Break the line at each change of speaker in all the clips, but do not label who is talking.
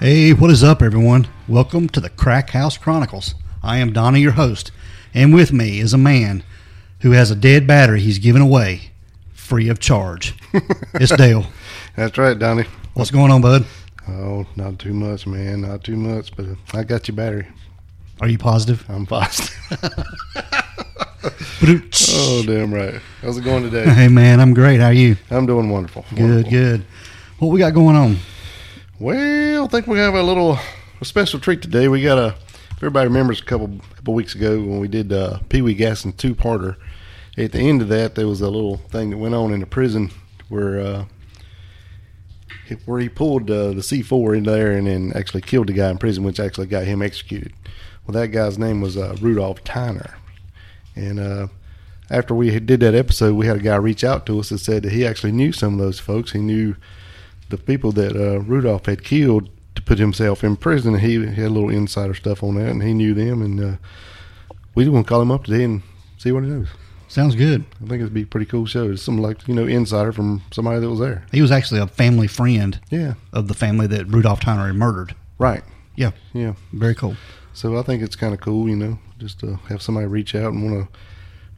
Hey, what is up, everyone? Welcome to the Crack House Chronicles. I am Donnie, your host, and with me is a man who has a dead battery he's giving away free of charge. it's Dale.
That's right, Donnie.
What's going on, bud?
Oh, not too much, man. Not too much, but I got your battery.
Are you positive?
I'm positive.
Ba-doom-tsh.
oh, damn right. How's it going today?
hey, man, I'm great. How are you?
I'm doing wonderful.
Good,
Wonderful.
good. What we got going on?
Well, I think we have a little special treat today. We got a. If everybody remembers a couple couple weeks ago when we did uh, Pee Wee Gasson two parter, at the end of that there was a little thing that went on in the prison where uh, he- where he pulled uh, the C four in there and then actually killed the guy in prison, which actually got him executed. Well, that guy's name was uh, Rudolph Tyner, and uh, after we had- did that episode, we had a guy reach out to us and said that he actually knew some of those folks. He knew the people that uh, Rudolph had killed to put himself in prison. He had a little insider stuff on that, and he knew them. And uh, we just want to call him up today and see what he knows.
Sounds good.
I think it'd be a pretty cool show. It's some like you know insider from somebody that was there.
He was actually a family friend
Yeah,
of the family that Rudolph Tyner had murdered.
right.
Yeah,
Yeah.
very cool.
So I think it's kind of cool, you know, just to have somebody reach out and want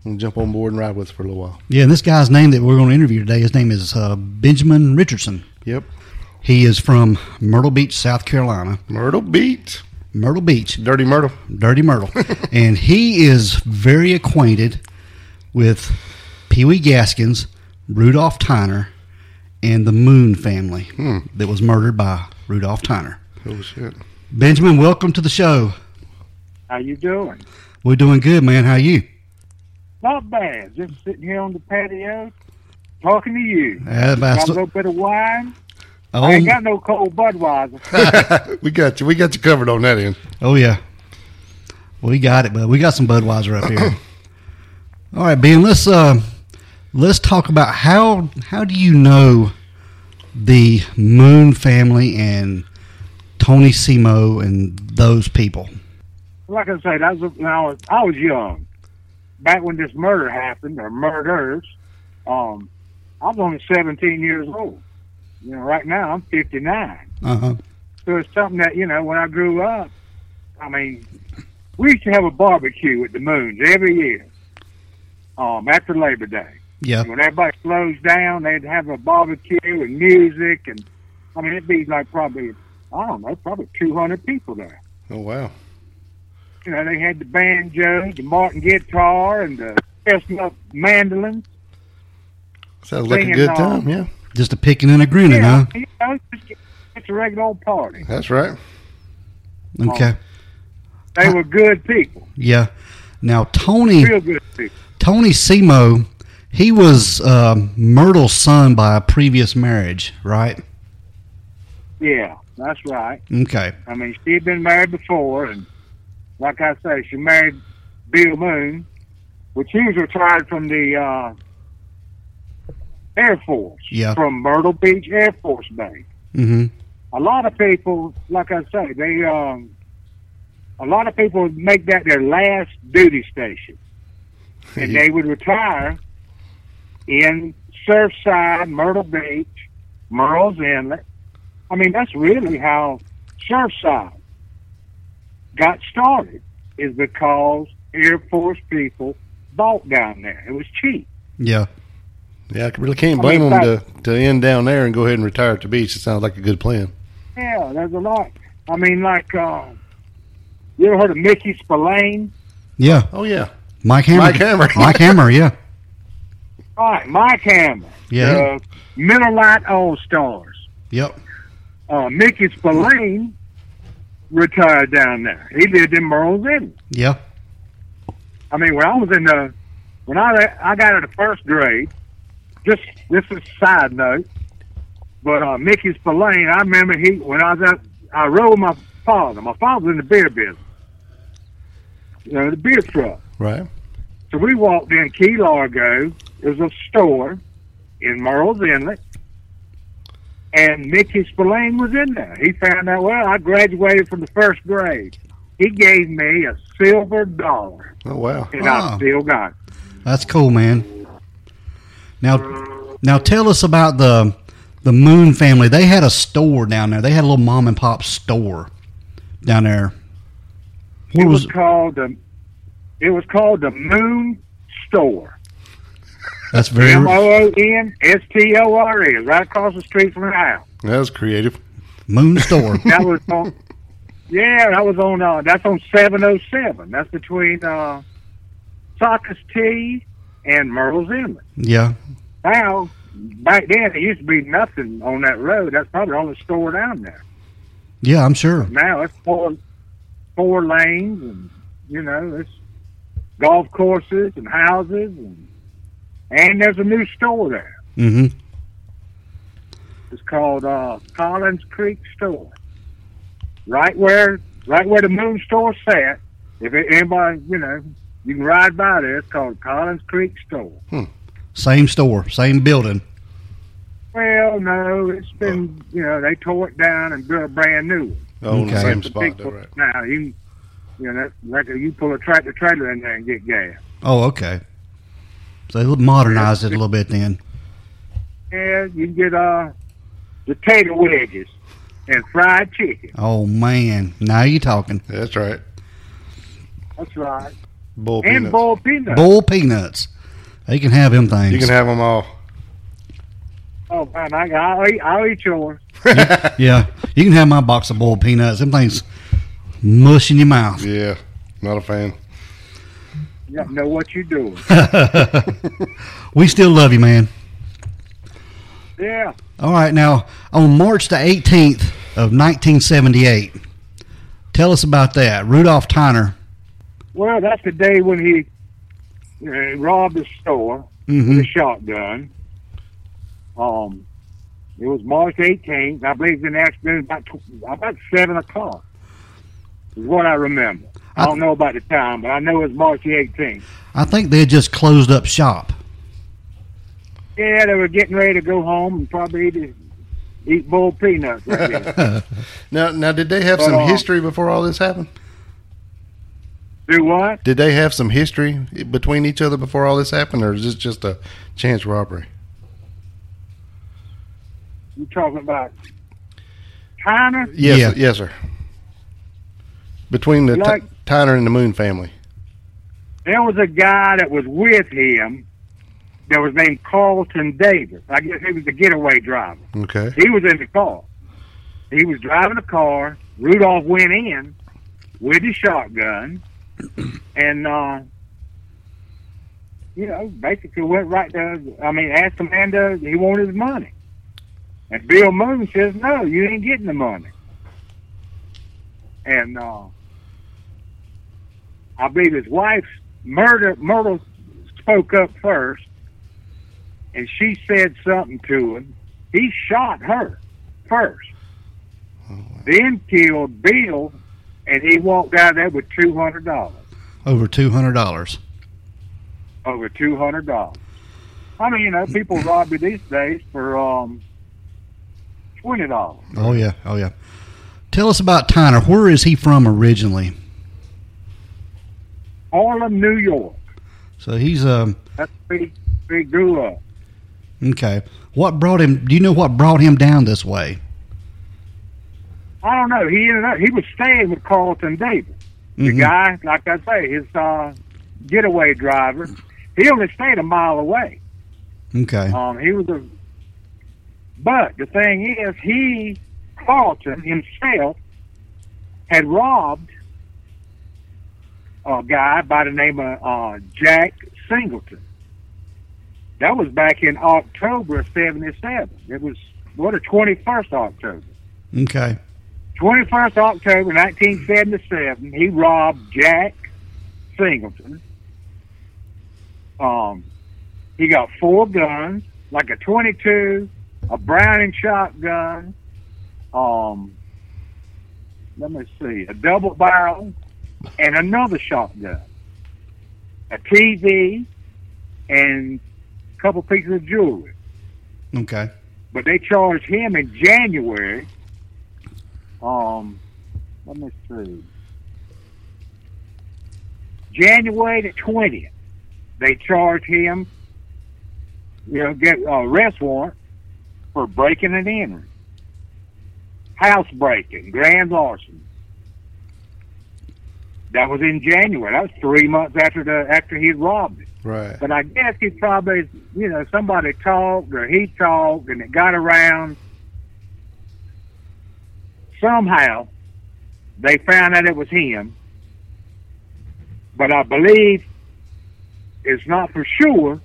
to jump on board and ride with us for a little while.
Yeah, and this guy's name that we're going to interview today, his name is uh, Benjamin Richardson.
Yep.
He is from Myrtle Beach, South Carolina.
Myrtle Beat,
Myrtle Beach,
Dirty Myrtle.
Dirty Myrtle. and he is very acquainted with Pee Wee Gaskins, Rudolph Tyner, and the Moon family that was murdered by Rudolph Tyner.
Oh shit.
Benjamin, welcome to the show.
How you doing?
We're doing good, man. How are you?
Not bad. Just sitting here on the patio, talking to you.
Uh, about-
Got a little bit of wine. I
oh,
ain't got no cold Budweiser.
We got you. We got you covered on that end.
oh, yeah. We got it, but we got some Budweiser up here. All right, Ben. Let's uh, let's talk about how how do you know the Moon family and Tony Simo and those people?
like I said, I was when I was I was young. Back when this murder happened or murders, um, I was only seventeen years old. You know, right now I'm fifty nine.
Uh huh.
So it's something that, you know, when I grew up, I mean, we used to have a barbecue at the moons every year. Um, after Labor Day.
Yeah.
When everybody slows down, they'd have a barbecue and music, and I mean, it'd be like probably I don't know, probably two hundred people there.
Oh wow.
You know, they had the banjo, the Martin guitar, and the chestnut mandolin.
Sounds like a
Singing
good
all.
time. Yeah.
Just a picking and a grinning,
Yeah, you know, it's, just, it's a regular old party.
That's right.
huh? Okay.
They were good people,
Yeah. Now Tony
real good people.
Tony Simo, he was um Myrtle's son by a previous marriage, right?
Yeah, that's right.
Okay.
I mean, she had been married before, and like I say, she married Bill Moon, which he was retired from the uh, Air Force,
Yeah.
from Myrtle Beach Air Force Base.
Mm-hmm.
A lot of people, like I say, they um, a lot of people make that their last duty station, and they would retire in Surfside, Myrtle Beach, Merle's Inlet. I mean, that's really how Surfside got started, is because Air Force people bought down there. It was cheap.
Yeah.
Yeah, I really can't
I
blame
mean,
them to, to end down there and go ahead and retire at the beach. It sounds like a good plan.
Yeah, there's a lot. I mean, like, uh, you ever heard of Mickey Spillane?
Yeah.
Oh yeah,
Mike Hammer.
Mike Hammer.
Mike Hammer, yeah.
All right, Mike Hammer.
Yeah.
Uh, Miller Lite All Stars.
Yep.
Uh, Mickey Spillane retired down there. He lived in Merle's Inn.
Yeah.
I mean, when I was in the when I I got out of first grade, just this is a side note, but uh, Mickey Spillane, I remember he when I was out, I rode my father. My father was in the beer business, you know, the beer truck.
Right.
So we walked in Key Largo. There's a store in Merle's Inlet, and Mickey Spillane was in there. He found out. Well, I graduated from the first grade. He gave me a silver dollar
Oh wow.
and
Wow.
I still got. it.
That's cool, man. Now, now tell us about the the Moon family. They had a store down there. They had a little mom and pop store down there. What
It was
was
called the. It was called the Moon Store.
that's very
M O O N S T O R E, right across the street from the house.
That was creative.
Moon store.
That was on. yeah, that was on. Uh, that's on seven oh seven. That's between uh, Soccer's Tea and Merle's Inlet.
yeah,
Now, back then, there used to be nothing on that road. That's probably the only store down there.
yeah, I'm sure.
now it's four four lanes and you know it's golf courses and houses and and there's a new store there
hmm
it's called uh collins creek store right where right where the moon store sat if it, anybody you know you can ride by there it's called collins creek store
Same store, same building.
well no it's been you know they tore it down and built a brand new one
Oh, in the
Okay.
same
It's a big
spot. Though,
one
right.
now you you know that's like you pull a tractor trailer in there and get gas
Oh, okay. So they modernized it a little bit then.
Yeah, you can get uh potato wedges and fried chicken.
Oh man, now you talking.
Yeah, that's right.
That's right.
Bull
And
peanuts.
boiled peanuts.
Bull peanuts. They can have them things.
You can have them all.
oh man, I, I'll eat. I'll eat yours.
yeah, you can have my box of boiled peanuts. Them things mush in your mouth.
Yeah. Not a fan.
You don't know what you're doing.
we still love you, man.
yeah.
All right, now on March the 18th of 1978, tell us about that. Rudolph Tyner.
Well, that's the day when he you know, he robbed the store
hmm
with a shotgun. Um, it was March 18th. I believe it was in the afternoon, about tw- about seven o'clock. Is what I remember. I don't know about the time, but I know it was March the 18th.
I think they had just closed up shop.
Yeah, they were getting ready to go home and probably eat, eat boiled peanuts. Right there.
Now, now, did they have
But,
some
uh,
history before all this happened?
Do what?
Did they have some history between each other before all this happened, or is this just a chance robbery?
You talking about China?
Yes,
Yeah.
yes, sir. Between the
Like-
Ti- Tyner and the Moon family.
There was a guy that was with him that was named Carlton Davis. I guess he was the getaway driver.
Okay.
He was in the car. He was driving the car. Rudolph went in with his shotgun and, uh, you know, basically went right to, I mean, asked Amanda, he wanted his money. And Bill Moon says, no, you ain't getting the money. And, uh, I believe his wife's murder, Myrtle spoke up first and she said something to him he shot her first, then killed Bill, and he walked out of there with two hundred dollars.
Over two hundred dollars.
Over two hundred dollars. I mean, you know, people rob you these days for um twenty dollars.
Oh yeah, oh yeah. Tell us about Tyner. Where is he from originally?
Harlem, New York.
So he's um
That's where he, where he grew up.
okay. What brought him? Do you know what brought him down this way?
I don't know. He ended up he was staying with Carlton Davis. The
Mhm.
guy, like I say, his uh getaway driver. He only stayed a mile away.
Mm-hmm. Okay.
Um, he was a. But the thing is, he Carlton himself had robbed a guy by the name of uh, Jack Singleton. That was back in October of '77. It was what a 21st October.
Okay.
21st October 1977, he robbed Jack Singleton. Um, he got four guns, like a 22, a Browning shotgun, um, let me see, a double barrel, and another shotgun, a TV, and a couple pieces of jewelry.
Okay.
But they charged him in January. Um, let me see. January the twentieth, they charged him. You know, get a arrest warrant for breaking and entering, house breaking, grand larceny. That was in January. That was three months after the after he had robbed it.
Right.
But I guess he probably, you know, somebody talked or he talked and it got around. Somehow they found out it was him. But I believe it's not for sure.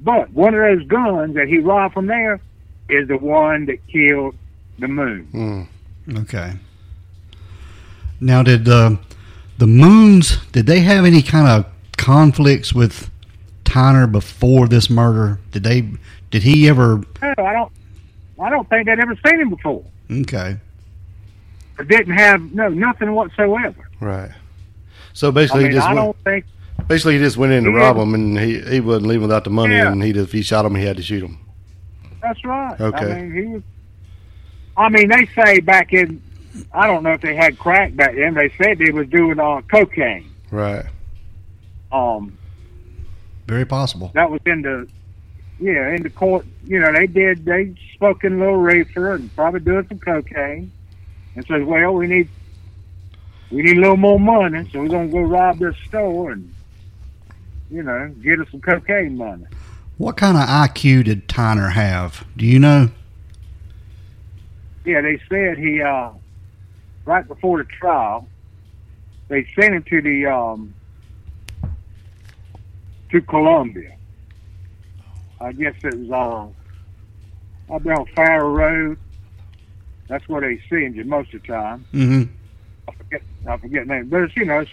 But one of those guns that he robbed from there is the one that killed the moon.
Mm.
Okay. Now, did uh, the Moons did they have any kind of conflicts with Tyner before this murder? Did they? Did he ever?
No, I don't. I don't think they'd ever seen him before.
Okay.
It didn't have no nothing whatsoever.
Right. So
I
basically,
mean,
he just
I
went,
don't think
basically he just went in to
He
rob
didn't-
him, and he, he wasn't leaving without the money,
Yeah.
and he just, if he shot him, he had to shoot him.
That's right.
Okay.
I mean, he was. I mean, they say back in, I don't know if they had crack back then. They said they was doing uh, cocaine.
Right.
Um,
Very possible.
that was in the, yeah, in the court. You know, they did. They spoke in little reefer and probably doing some cocaine, and said, "Well, we need, we need a little more money, so we're gonna go rob this store and, you know, get us some cocaine money."
What kind of IQ did Tyner have? Do you know?
Yeah, they said he uh, right before the trial, they sent him to the um, to Columbia. I guess it was uh, up there on Fire Road. That's where they send you most of the time.
Mm-hmm.
I forget, I forget the name, but it's you know, it's,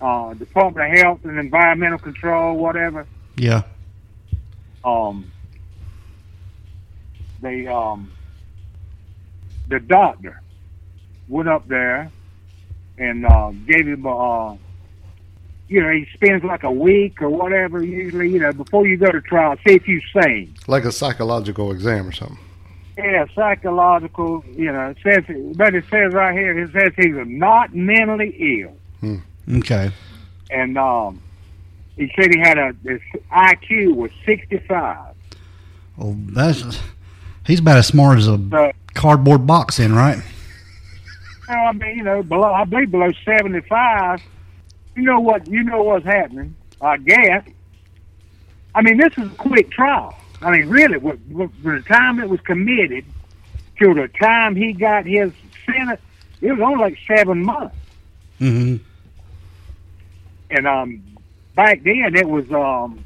uh, Department of Health and Environmental Control, whatever
Yeah.
um, they um, the doctor went up there and uh, gave him uh, you know he spends like a week or whatever usually you know before you go to trial see if you sane
Like a psychological exam or something.
yeah psychological you know it says but it says right here it says he was not mentally ill
Okay.
and um, he said he had a his IQ was sixty five
Well, that's he's about as smart as a
so.
cardboard box in, right?
No, I mean, you know, below, I believe below 75. You know what? You know what's happening. I guess. I mean, this is a quick trial. I mean, really, what, what, from the time it was committed to the time he got his sentence, it was only like seven months.
Mm-hmm.
And um, back then it was um,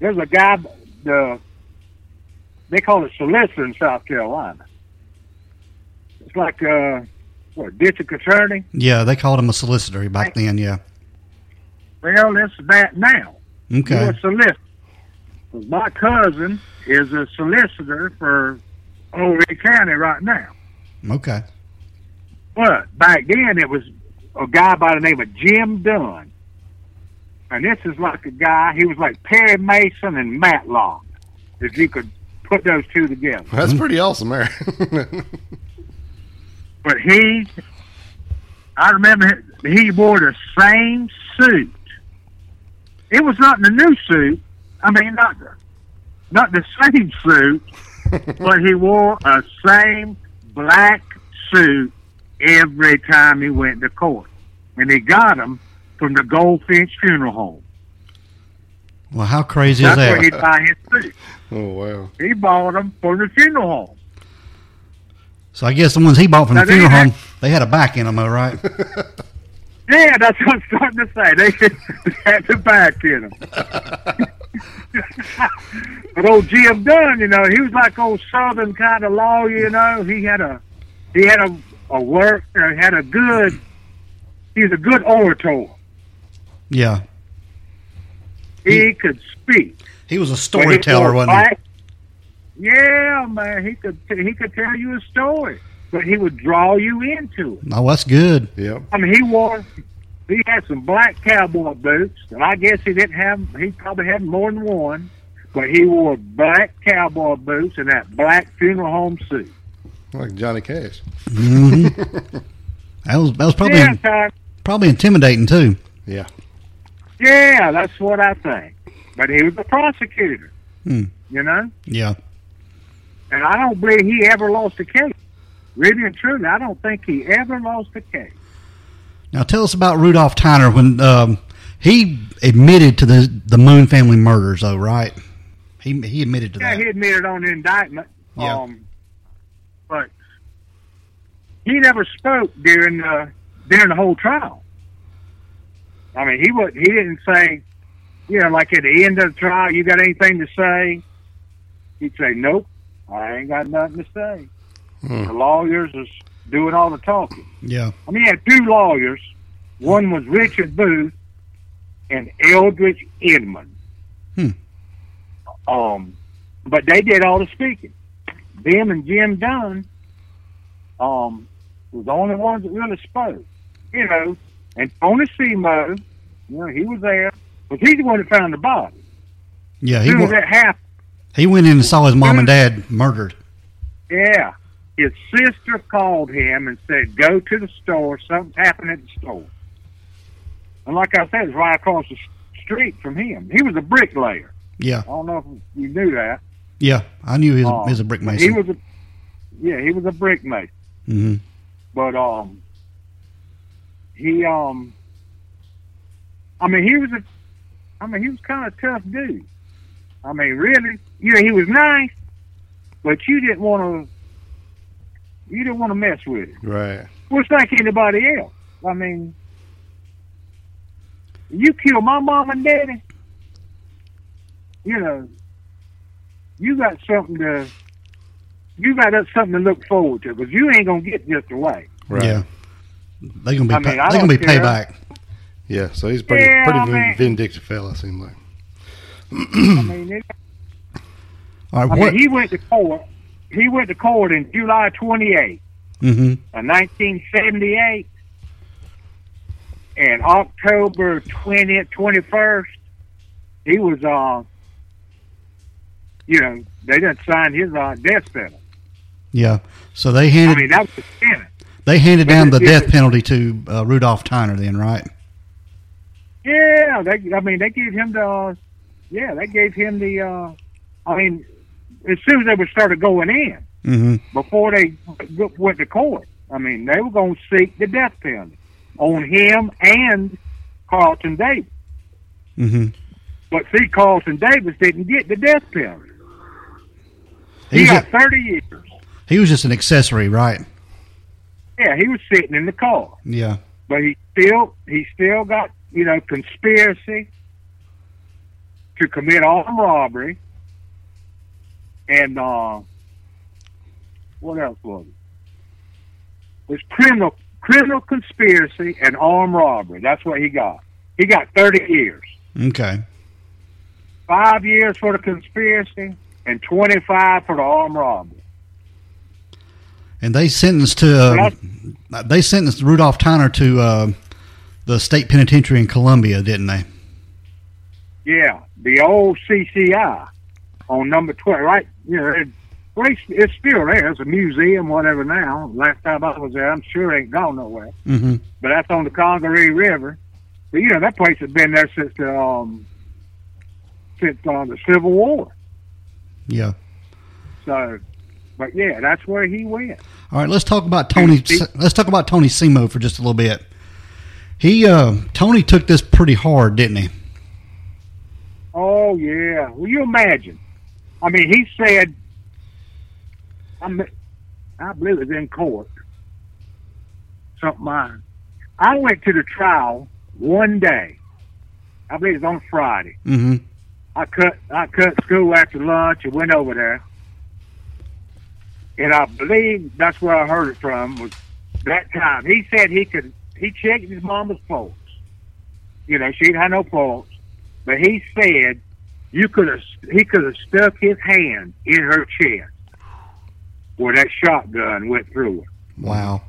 there was a guy the they call it solicitor in South Carolina. It's like uh, what district attorney.
Yeah, they called him a solicitor back then. Yeah.
Well, it's that now. You're
Okay.
a solicitor. 'Cause My cousin is a solicitor for Overy County right now.
Okay.
But back then, it was a guy by the name of Jim Dunn. And this is like a guy, he was like Perry Mason and Matlock, if you could put those two together.
That's pretty awesome there.
But he, I remember he wore the same suit. It was not the new suit. I mean, not the, not the same suit, but he wore a same black suit every time he went to court, and he got him from the Goldfinch Funeral Home.
Well, how crazy is
That's where
that?
he'd buy his suit.
oh, wow.
He bought them from the funeral home.
So I guess the ones he bought from the
Now, they
funeral
had-
home, they had a back in them, all right?
Yeah, that's what I'm starting to say. They had to back in him. but old Jim Dunn, you know, he was like old Southern kind of lawyer, you know. He had a He had a a work. Uh, had a good. He was a good orator.
Yeah.
He could speak.
He was a Hmm. storyteller, wasn't he?
Right? Yeah, man, he could he could tell you a story, but he would draw you into it.
Oh, that's good.
Yep.
I mean, he wore he had some black cowboy boots, and I guess he didn't have he probably had more than one, but he wore black cowboy boots and that black funeral home suit.
Like Johnny Cash.
Mm-hmm. That was that was probably
Yeah, Ty,
probably intimidating too.
Yeah.
yeah, that's what I think. But he was a prosecutor,
Hmm.
you know,
Yeah.
and I don't believe he ever lost a case. Really and truly, I don't think he ever lost a case.
Now tell us about Rudolph Tyner when um, he admitted to the the Moon family murders, though, right? He he admitted to
Yeah,
that.
he admitted on the indictment.
Yeah.
Um, but he never spoke during the during the whole trial. I mean, he would he didn't say, you know, like at the end of the trial, you got anything to say? He'd say, "Nope, I ain't got nothing to say."
Hmm.
The lawyers is doing all the talking.
yeah.
I mean, he had two lawyers. One was Richard Booth and Eldridge Inman.
Hmm.
Um, but they did all the speaking. Them and Jim Dunn um, was the only ones that really spoke. You know, and Tony Simo, you know, he was there. But he's the one that found the body.
Yeah. He
Soon as
went,
that happened,
he went in and saw his mom and dad murdered.
yeah, his sister called him and said, "Go to the store. Something happened at the store." And like I said, it's right across the s- street from him. He was a bricklayer.
Yeah.
I don't know if you knew that.
Yeah. I knew he was,
Um,
he was a brick
but
mason.
He was a yeah, he was a brick mason.
Mhm.
But um, he um, I mean he was a, I mean he was kind of tough dude. I mean really, yeah, he was nice, but you didn't want to, you didn't want to mess with him.
Right.
Well, it's like anybody else. I mean, you kill my mom and daddy, you know, you got something to, you got something to look forward to because you ain't gonna get just away.
Right.
Yeah.
Yeah.
They're gonna be
I mean,
pa-
I
they're gonna
don't
be
care.
payback.
So he's pretty
Yeah,
pretty
I mean-
vindictive fella. Seems like.
I mean, it,
All
I
right. What?
mean, he went to court. He went to court in July twenty eighth.
hmm
of 1978 and October 20th, 21st, he was, uh, you know, they didn't sign his uh, death penalty.
Yeah. So they
I
handed
mean, that was the sentence.
they handed
but
down the
it-
death
it-
penalty to uh, Rudolph Tyner. Then right.
Yeah, they, I mean, they gave him the, uh, yeah, they gave him the, uh, I mean, as soon as they were started going in,
hmm
before they w- went to court, I mean, they were going to seek the death penalty on him and Carlton Davis.
hmm
But see, Carlton Davis didn't get the death penalty.
He,
He
was
got
ju-
30 years.
he was just an accessory, right?
Yeah, he was sitting in the car,
Yeah.
but he still he still got you know conspiracy to commit armed robbery and uh, what else was it? It was criminal criminal conspiracy and armed robbery. That's what he got. He got 30 years.
Okay.
Five years for the conspiracy and 25 for the armed robbery.
And they sentenced to uh, they sentenced Rudolph Tyner to uh, the state penitentiary in Columbia, didn't they?
Yeah, the old CCI on number 12, right? You know, it, well, it's, it's still there. It's a museum, whatever now. Last time I was there, I'm sure it ain't gone nowhere.
Mm-hmm.
But that's on the Congaree River. But, you know, that place has been there since the, um, since uh, the Civil War.
Yeah.
So, but yeah, that's where he went.
All right. Let's talk about Tony.
Speak.
Let's talk about Tony Simo for just a little bit. He uh, Tony took this pretty hard, didn't he?
Oh yeah. Will you imagine? I mean, he said, I, me- I believe it was in court. Something. I, I went to the trial one day. I believe it was on Friday.
Mm-hmm.
I cut I cut school after lunch and went over there. and I believe that's where I heard it from was that time. He said he could he checked his mama's pulse. You know, she didn't have no pulse. But he said you could have he could have stuck his hand in her chest where that shotgun went through her.
Wow.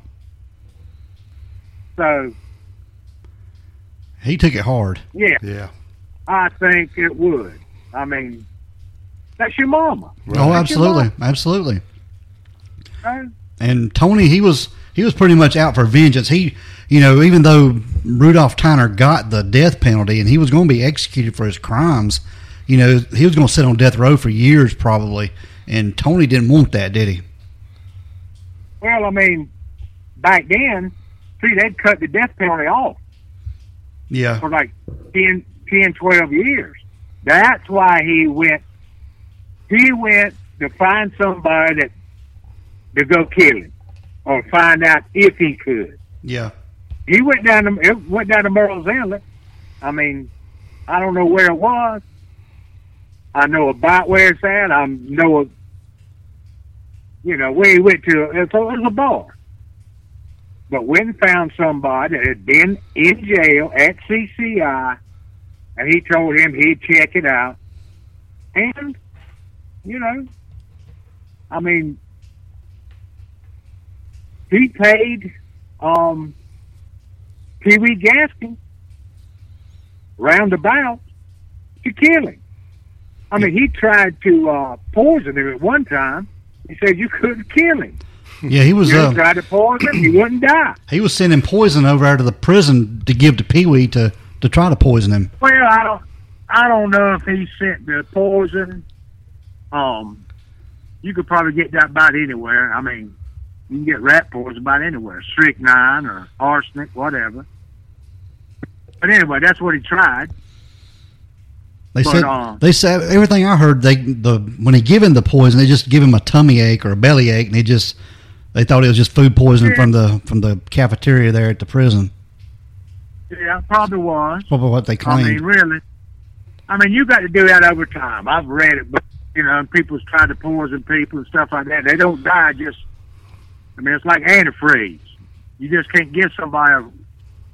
So
He took it hard.
yeah,
Yeah.
I think it would. I mean that's your mama.
Oh,
That's your
absolutely, absolutely.
mama,
And Tony, he was he was pretty much out for vengeance. He, you know, even though Rudolph Tyner got the death penalty and he was going to be executed for his crimes, you know, he was going to sit on death row for years probably. And Tony didn't want that, did he?
Well, I mean, back then, see, they'd cut the death penalty off
Yeah.
for like 10, 10 12 years. That's why he went. He went to find somebody that to go kill him, or find out if he could.
Yeah.
He went down to it went down to Merle's Inlet. I mean, I don't know where it was. I know about where it's at. I know, of- you know, where he went to. It's a, it's a bar. But when found somebody that had been in jail at CCI, and he told him he'd check it out, and you know, I mean, he paid um, Pee Wee Gaskin roundabout to kill him. I mean, he tried to uh, poison him at one time. He said you couldn't kill him.
Yeah, he was
You
uh,
tried to poison him, he wouldn't die.
he was sending poison over out of the prison to give to Pee Wee to to try to poison him.
Well, I don't, I don't know if he sent the poison. Um, you could probably get that about anywhere. I mean, you can get rat poison about anywhere, strychnine or arsenic, whatever. But anyway, that's what he tried.
They
But,
said
uh,
they said everything I heard. They the when they give him the poison, they just give him a tummy ache or a belly ache, and he just they thought it was just food poisoning from the from the cafeteria there at the prison.
Yeah, probably was.
Probably what they
I
claimed.
mean, really. I mean, you got to do that over time. I've read it, but you know, and people's trying to poison people and stuff like that. They don't die just. I mean, it's like antifreeze. You just can't give somebody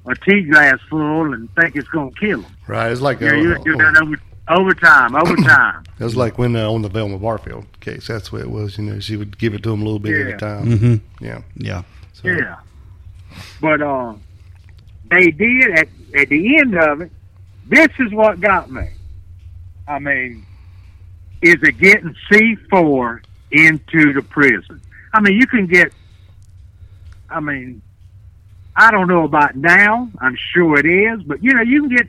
a, a tea glass full and think it's going to kill them.
Right. It's like
Yeah, you
uh,
do that over over time, over time.
it was like when uh, on the Velma Barfield case. That's what it was. You know, she would give it to him a little bit at
Yeah.
a time.
hmm
Yeah.
Yeah,
So,
Yeah. But uh, they did at at the end of it. This is what got me. I mean, is it getting C four into the prison? I mean, you can get. I mean, I don't know about now. I'm sure it is, but you know, you can get,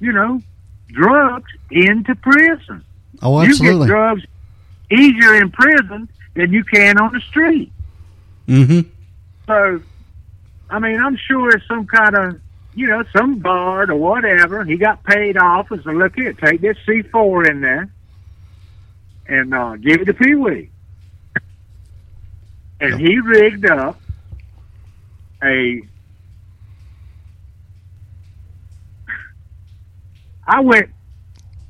you know, drugs into prison.
oh
You get
absolutely.
drugs easier in prison than you can on the street.
hmm
So, I mean, I'm sure it's some kind of, you know, some bard or whatever. He got paid off and said, look here, take this C4 in there and uh, give it to Pee Wee. And he rigged up a. I went.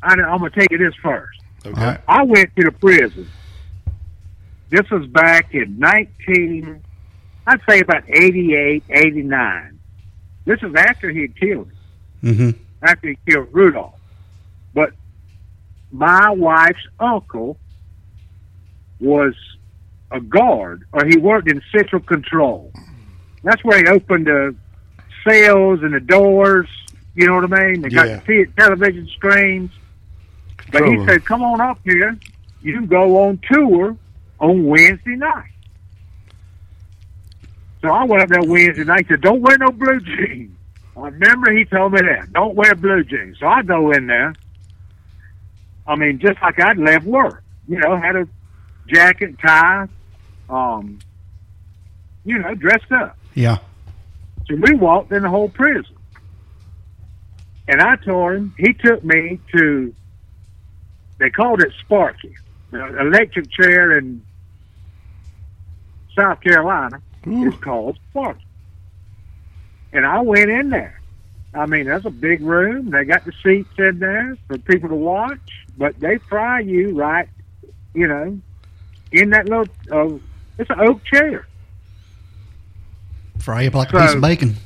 I, I'm going to take you this first.
Okay.
All right.
I went to the prison. This was back in 19, I'd say about 88, 89. This is after he had killed,
hmm
after he killed Rudolph. But my wife's uncle was a guard, or he worked in central control. That's where he opened the cells and the doors, you know what I mean? They got
Yeah.
the te- television screens. But he
Control room.
said, "Come on up here. You can go on tour on Wednesday night." So I went up there Wednesday night. He said, "Don't wear no blue jeans." I remember he told me that. Don't wear blue jeans. So I go in there. I mean, just like I'd left work, you know, had a jacket, tie, um, you know, dressed up.
Yeah.
So we walked in the whole prison. And I told him, he took me to, they called it Sparky, the electric chair in South Carolina is called Sparky. And I went in there. I mean, that's a big room. They got the seats in there for people to watch, but they fry you right, you know, in that little, uh, it's an oak chair.
Fry up like a piece
So-
of bacon.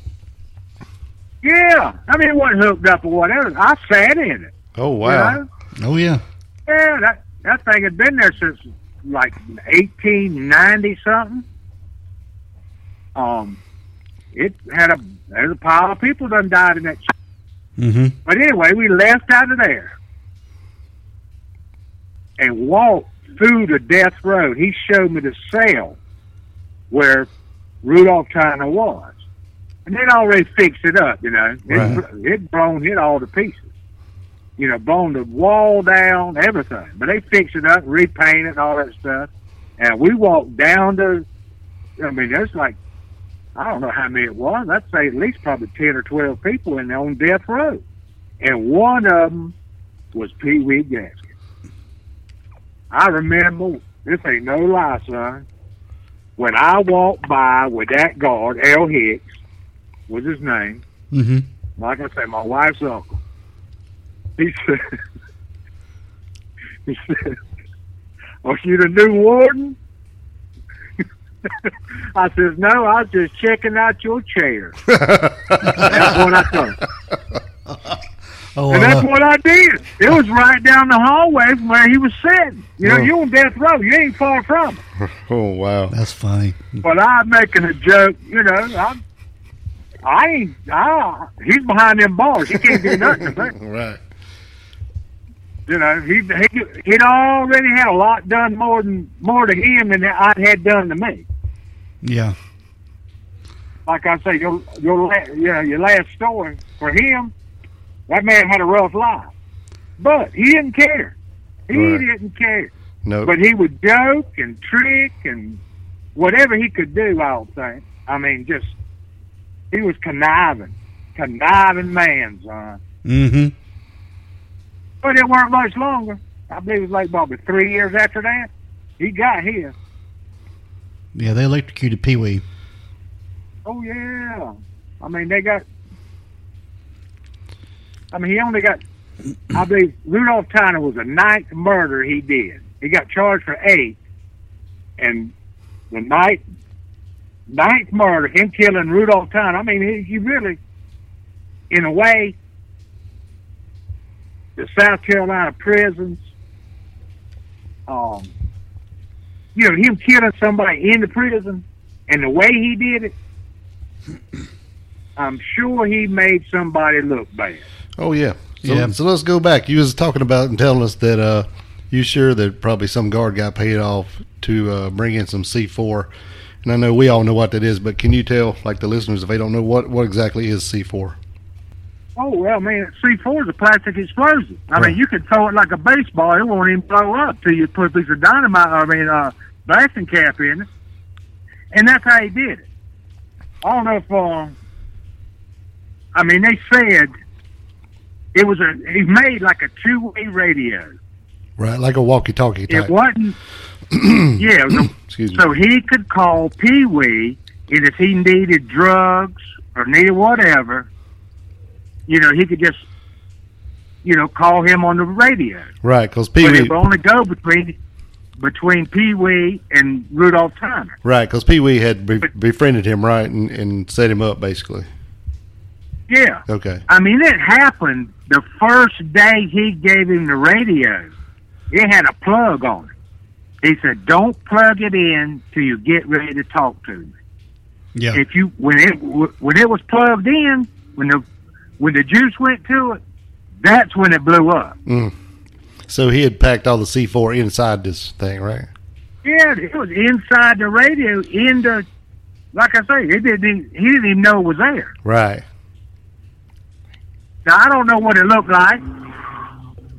Yeah, I mean it wasn't hooked up or whatever. I sat in it.
Oh
you
wow!
know?
Oh yeah.
Yeah, that that thing had been there since like eighteen ninety something. Um, it had a there's a pile of people done died in that. sh-
Mm-hmm.
But anyway, we left out of there and walked through the death road. He showed me the cell where Rudolph Tyner was, and they'd already fixed it up. You know,
Right.
it it blown it all to pieces. You know, blown the wall down, everything. But they fixed it up, repainted, and all that stuff. And we walked down to, I mean, there's like, I don't know how many it was. I'd say at least probably 10 or 12 people in on death row. And one of them was Pee Wee Gaskin. I remember, this ain't no lie, son. When I walked by with that guard, L. Hicks was his name
Mm-hmm.
like I say, my wife's uncle. He said, he said, are you the new warden? I says, no, I was just checking out your chair. That's what I thought.
Oh,
And
I
that's
love-
what I did. It was right down the hallway from where he was sitting. You know,
Oh.
you on death row. You ain't far from it.
oh wow!
that's funny.
But I'm making a joke, you know. I'm, I ain't, I, he's behind them bars. He can't do nothing to me.
Right.
you know, he he he'd already had a lot done more than more to him than I'd had done to me.
Yeah.
Like I say, your your la- you know, your last story for him, that man had a rough life, but he didn't care. He
Right.
didn't care.
Nope.
But he would joke and trick and whatever he could do. I would think. I mean, just he was conniving, conniving man, son.
Mm-hmm.
But it weren't much longer. I believe it was like probably three years after that. He got here.
Yeah, they electrocuted Pee Wee.
Oh yeah. I mean they got. I mean he only got. I believe Rudolph Tyner was the ninth murder he did. He got charged for eight, and the ninth ninth murder, him killing Rudolph Tyner. I mean he, he really, in a way, the South Carolina prisons. Um, you know him killing somebody in the prison, and the way he did it. I'm sure he made somebody look bad.
Oh yeah. So,
Yeah.
so let's go back. You was talking about and telling us that uh, you sure that probably some guard got paid off to uh, bring in some C four, and I know we all know what that is, but can you tell like the listeners if they don't know what what exactly is C four?
Oh well, man, C4 is a plastic explosive. I
Right.
mean, you can throw it like a baseball; it won't even blow up till you put a piece of dynamite. I mean, uh, blasting cap in it, and that's how he did it. I don't know if. Uh, I mean, they said it was a. He made like a two-way radio.
Right, like a walkie talkie type.
It wasn't. yeah, it was a
Excuse me.
So he could call Pee Wee, and if he needed drugs or needed whatever, you know, he could just, you know, call him on the radio.
Right, because Pee
But
Wee.
it would only go between between Pee Wee and Rudolph Tyner.
Right, because Pee Wee had be- befriended him, right, and, and set him up basically.
Yeah.
Okay.
I mean, it happened the first day he gave him the radio. It had a plug on it. He said, "Don't plug it in till you get ready to talk to me."
Yeah.
if you when it when it was plugged in when the when the juice went to it that's when it blew up
So he had packed all the C four inside this thing, right?
yeah it was inside the radio in the like i say it didn't he didn't even know it was there
Right.
now i don't know what it looked like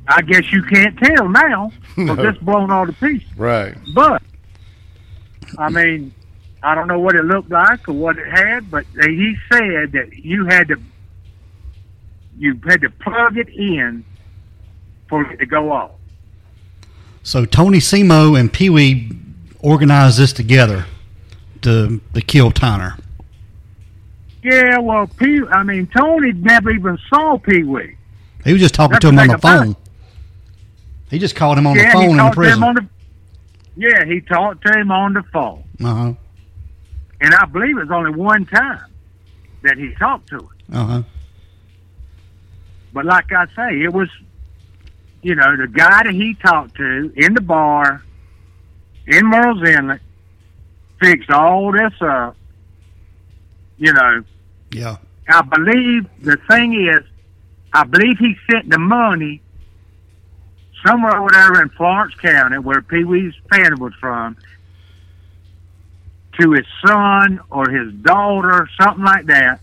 i guess you can't tell now
No.
because it's blown all to pieces
Right.
but i mean i don't know what it looked like or what it had but he said that you had to you had to plug it in for it to go off
So Tony Simo and Pee Wee organized this together to to kill Tyner.
Yeah, well, Pee. I mean, Tony never even saw Pee Wee.
He was just talking
That's
to him on
like
the
a fact.
phone. He just called him on
Yeah,
the phone
he
in the
called them
prison.
on the. Yeah, he talked to him on the phone,
Uh huh.
and I believe it was only one time that he talked to him.
Uh huh.
But like I say, it was, you know, the guy that he talked to in the bar, in Merle's Inlet, fixed all this up. You know,
Yeah.
I believe the thing is, I believe he sent the money somewhere over there in Florence County, where Pee Wee's family was from, to his son or his daughter, something like that,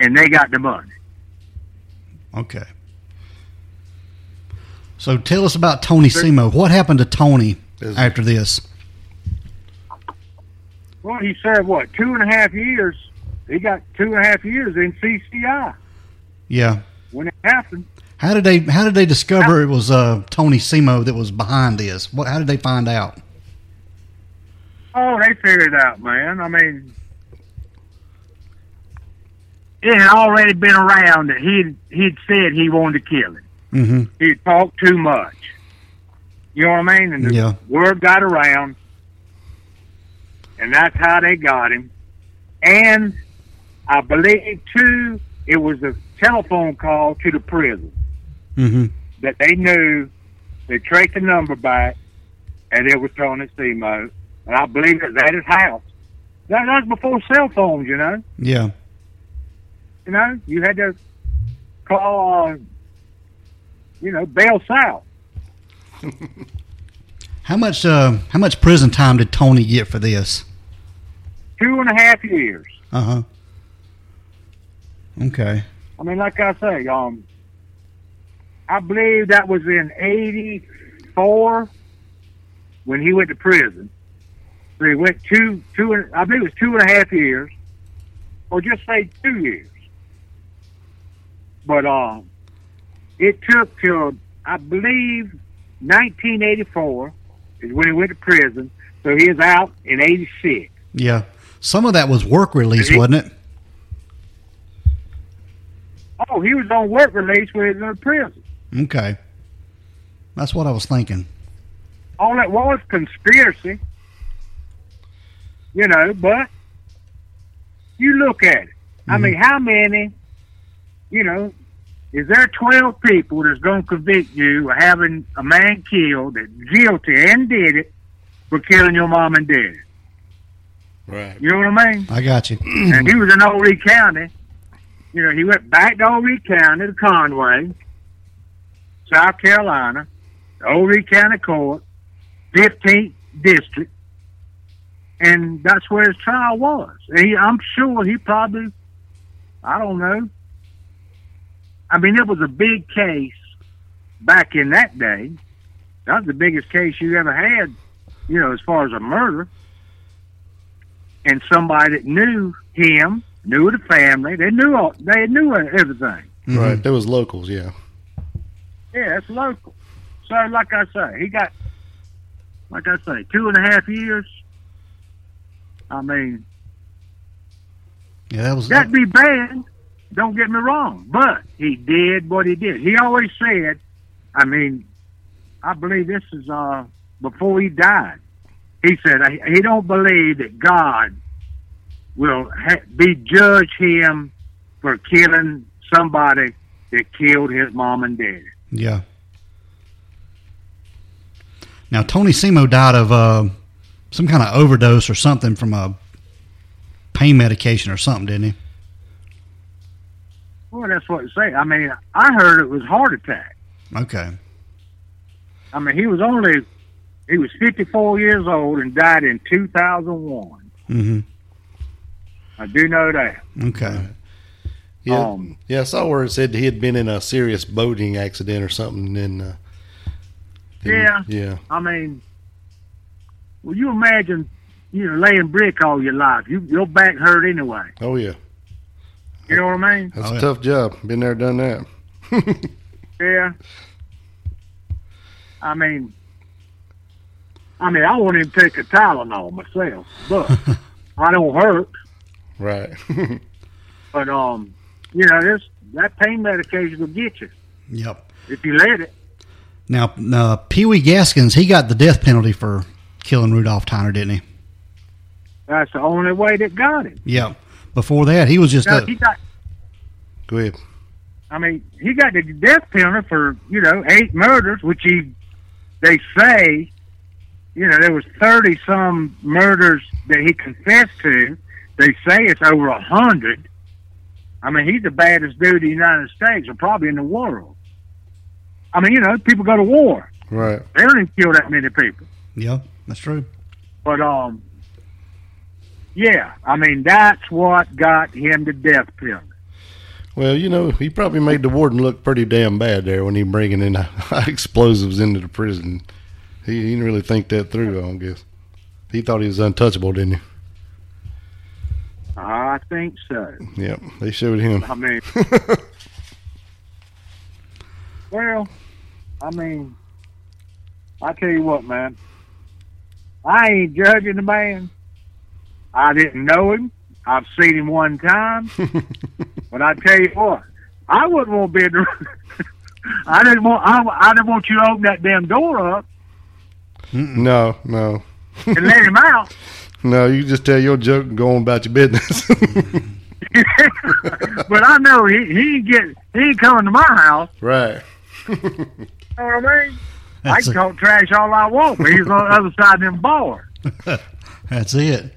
and they got the money.
Okay. So tell us about Tony Simo. What happened to Tony
Is-
after this?
Well, he said what two and a half years. He got two and a half years in CCI
Yeah.
when it happened.
How did they How did they discover it was uh, Tony Simo that was behind this? What, how did they find out?
Oh, they figured it out, man. I mean, it had already been around that he'd he'd said he wanted to kill him.
Mm-hmm.
He talked too much. You know what I mean? And the
Yeah.
word got around, and that's how they got him. And I believe too, it was a telephone call to the prison.
Mm-hmm.
that they knew. They traced the number back, and it was Tony Simo. And I believe it was at his house. That that was before cell phones, you know.
Yeah.
You know, you had to call, uh, you know, Bell South.
How much uh, How much prison time did Tony get for this?
Two and a half years.
Uh huh. Okay.
I mean, like I say, um, I believe that was in '84 when he went to prison. So he went two, two, and, I believe it was two and a half years, or just say two years. But um, it took till I believe 1984 is when he went to prison. So he is out in '86.
Yeah. Some of that was work release,
Did he-
wasn't it?
Oh, he was on work release when he was in prison.
Okay. That's what I was thinking.
all it was conspiracy, you know. But you look at it. I mean, how many? You know, is there twelve people that's going to convict you of having a man killed that's guilty and did it for killing your mom and dad?
Right.
You know what I mean?
I got you. Mm-hmm.
and he was in Old Lee County. You know, he went back to Old Lee County to Conway, South Carolina, the Old Lee County Court, 15th District, and that's where his trial was. And he, I'm sure he probably, I don't know. I mean, it was a big case back in that day. That was the biggest case you ever had, you know, as far as a murder and somebody that knew him, knew the family. They knew all, they knew everything.
Mhm.
Right. That was locals. Yeah.
Yeah, it's local. So, like I say, he got, like I say, two and a half years. I mean,
Yeah, that was.
that'd be bad. Don't get me wrong, but he did what he did. He always said, I mean, I believe this is uh before he died. He said I- he don't believe that God will ha- be judge him for killing somebody that killed his mom and dad.
Yeah. Now Tony Simo died of uh, some kind of overdose or something from a pain medication or something, didn't he?
Well, that's what it say. I mean, I heard it was heart attack.
Okay.
I mean, he was only he was 54 years old and died in 2001.
hmm
I do know that.
Okay.
Yeah.
Um,
yeah. I saw where it said he had been in a serious boating accident or something. And uh, then-
Yeah.
Yeah.
I mean, well, you imagine, you know, laying brick all your life. You, your back hurt anyway.
Oh yeah.
You know what I mean?
That's
Oh,
a
yeah.
tough job. Been there, done that.
Yeah. I mean, I mean, I want him to take a Tylenol myself, but I don't hurt.
right.
But um, you know, this that pain medication will get you
Yep.
if you let it.
Now, uh, Pee Wee Gaskins, he got the death penalty for killing Rudolph Tyner, didn't he?
That's the only way that got him.
Yeah. Before that, he was just
Now,
a,
he got,
Go ahead.
I mean, he got the death penalty for you know eight murders, which he they say, you know, there was thirty some murders that he confessed to. They say it's over a hundred. I mean, he's the baddest dude in the United States, or probably in the world. I mean, you know, people go to war;
Right.
they don't even kill that many people.
yeah. That's true.
But um, yeah, I mean, that's what got him the death penalty.
Well, you know, he probably made the warden look pretty damn bad there when he bringing in explosives into the prison. He, he didn't really think that through, I don't guess. He thought he was untouchable, didn't
I think so.
he? Yep, they showed him.
I mean, Well, I mean, I tell you what, man. I ain't judging the man. I didn't know him. I've seen him one time, but I tell you what, I wouldn't want to be in the. I didn't want. I, I didn't want you to open that damn door up
no, no,
and let him out.
no. You just tell your joke and go on about your business.
but I know he he ain't get he ain't coming to my house.
right.
You know what I mean? I
That's,
can
it.
talk trash all I want, but he's on the other side of them bars.
that's it.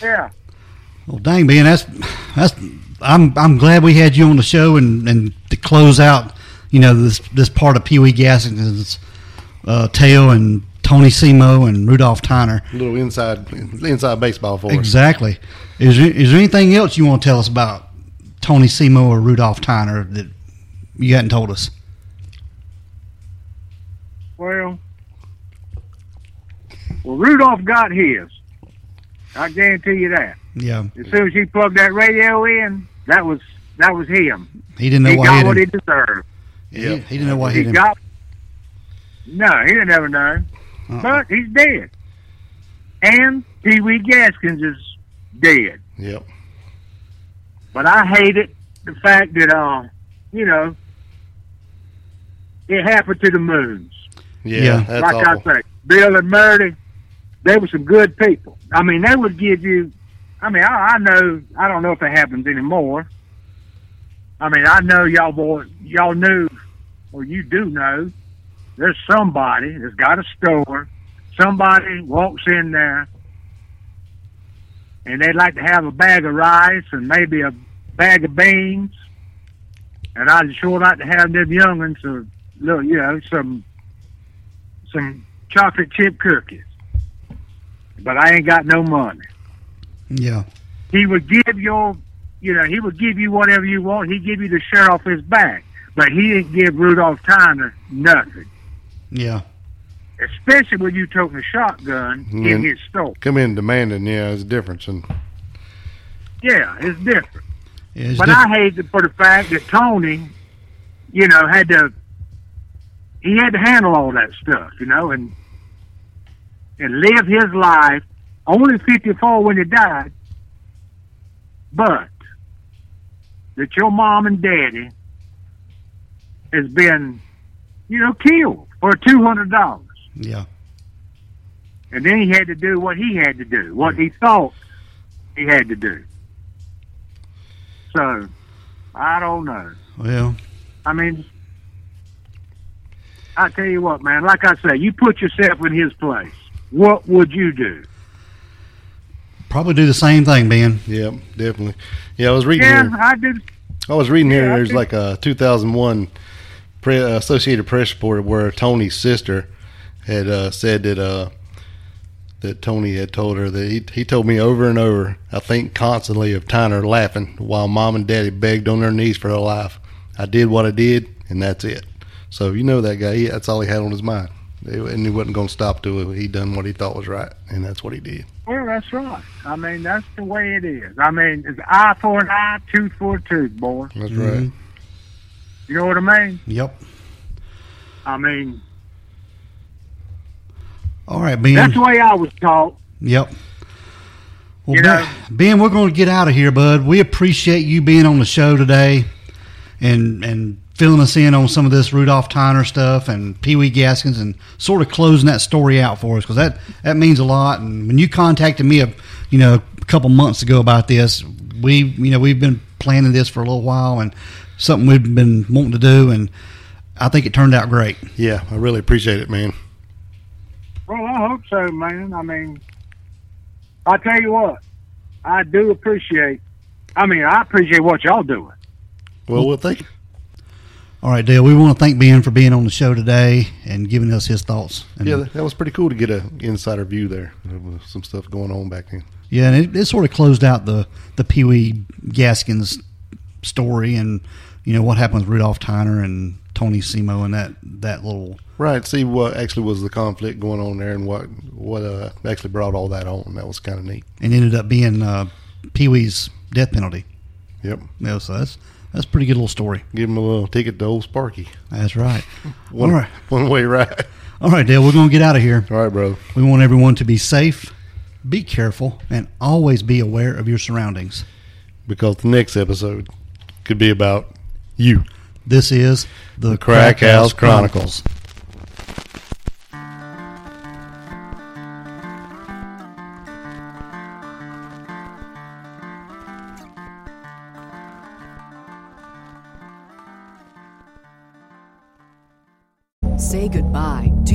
Yeah.
Well, dang, man, that's that's. I'm I'm glad we had you on the show and and to close out, you know, this this part of Pee Wee Gaskins' uh, tale and Tony Simo and Rudolph Tyner.
little inside inside baseball for us.
Exactly. Is there, is there anything else you want to tell us about Tony Simo or Rudolph Tyner that you hadn't told us?
Well, well, Rudolph got his. I guarantee you that.
Yeah,
As soon as he plugged that radio in, that was that was him.
he didn't know
he
why
got
hit
what he
him.
deserved.
He, he didn't know why
He
hit him.
got. No, he didn't ever know,
Uh-uh.
but he's dead. And Pee Wee Gaskins is dead.
Yep.
But I hated the fact that, uh, you know, it happened to the Moons.
Yeah,
Yeah.
that's
like
awful.
I say, Bill and Murdy, they were some good people. I mean, they would give you. I mean, I, I know. I don't know if it happens anymore. I mean, I know y'all boy, y'all knew, or you do know. There's somebody that's got a store. Somebody walks in there, and they'd like to have a bag of rice and maybe a bag of beans. And I'd sure like to have them youngins a little, you know, some some chocolate chip cookies, but I ain't got no money.
Yeah,
He would give your, you know, he would give you whatever you want. He'd give you the shirt off his back, but he didn't give Rudolph Tyner nothing,
yeah,
especially when you took a shotgun in
Mm.
his store.
Come in demanding. Yeah, there's a difference. And
Yeah, it's different.
yeah. It's
but
diff-
I hate it for the fact that Tony, you know, had to, he had to handle all that stuff, you know, and and live his life. Only 54 when he died, but that your mom and daddy has been, you know, killed for two hundred dollars,
yeah,
and then he had to do what he had to do, what he thought he had to do. So, I don't know.
well,
I mean, I tell you what, man. Like I say, you put yourself in his place. What would you do?
probably do the same thing, man.
yeah, definitely. Yeah, I was reading.
Yeah,
here.
I did.
I was reading here.
Yeah, I
there's
think-
like a 2001 pre- uh, Associated Press report where Tony's sister had uh, said that uh, that Tony had told her that he, he told me over and over. I think constantly of Tyner laughing while mom and daddy begged on their knees for her life. I did what I did, and that's it. So you know that guy. He, that's all he had on his mind, They- and he wasn't going to stop till he done what he thought was right, and that's what he did.
Well, that's right. I mean, that's the way it is. I mean, it's eye for an eye, tooth for a tooth, boy.
That's
Mhm.
right.
Mm-hmm. You know what I mean?
Yep.
I mean,
All right, Ben.
that's the way I was taught.
Yep. Well,
You
ben,
know-
ben, we're going to get out of here, bud. We appreciate you being on the show today, and and filling us in on some of this Rudolph Tyner stuff and Pee Wee Gaskins and sort of closing that story out for us because that, that means a lot. And when you contacted me a you know a couple months ago about this, we you know we've been planning this for a little while and something we've been wanting to do, and I think it turned out great.
Yeah, I really appreciate it, man.
Well, I hope so, man. I mean, I tell you what, I do appreciate. I mean, I appreciate what y'all doing.
Well, well, thank you.
All right, Dale, we want to thank Ben for being on the show today and giving us his thoughts. And,
Yeah, that that was pretty cool to get a insider view there. There was some stuff going on back then.
yeah, and it, it sort of closed out the the Pee Wee Gaskins story and you know what happened with Rudolph Tyner and Tony Simo and that that little
Right. See what actually was the conflict going on there, and what what uh, actually brought all that on. That was kind of neat.
and ended up being uh, Pee Wee's death penalty.
Yep.
You know, so that's that's a pretty good little story.
Give him a little ticket to old Sparky.
That's right.
One,
All right.
one way ride.
All right, Dale, we're going to get out of here.
All right, bro.
We want everyone to be safe, be careful, and always be aware of your surroundings.
Because the next episode could be about you.
This is the,
Crack House Chronicles.
Say goodbye to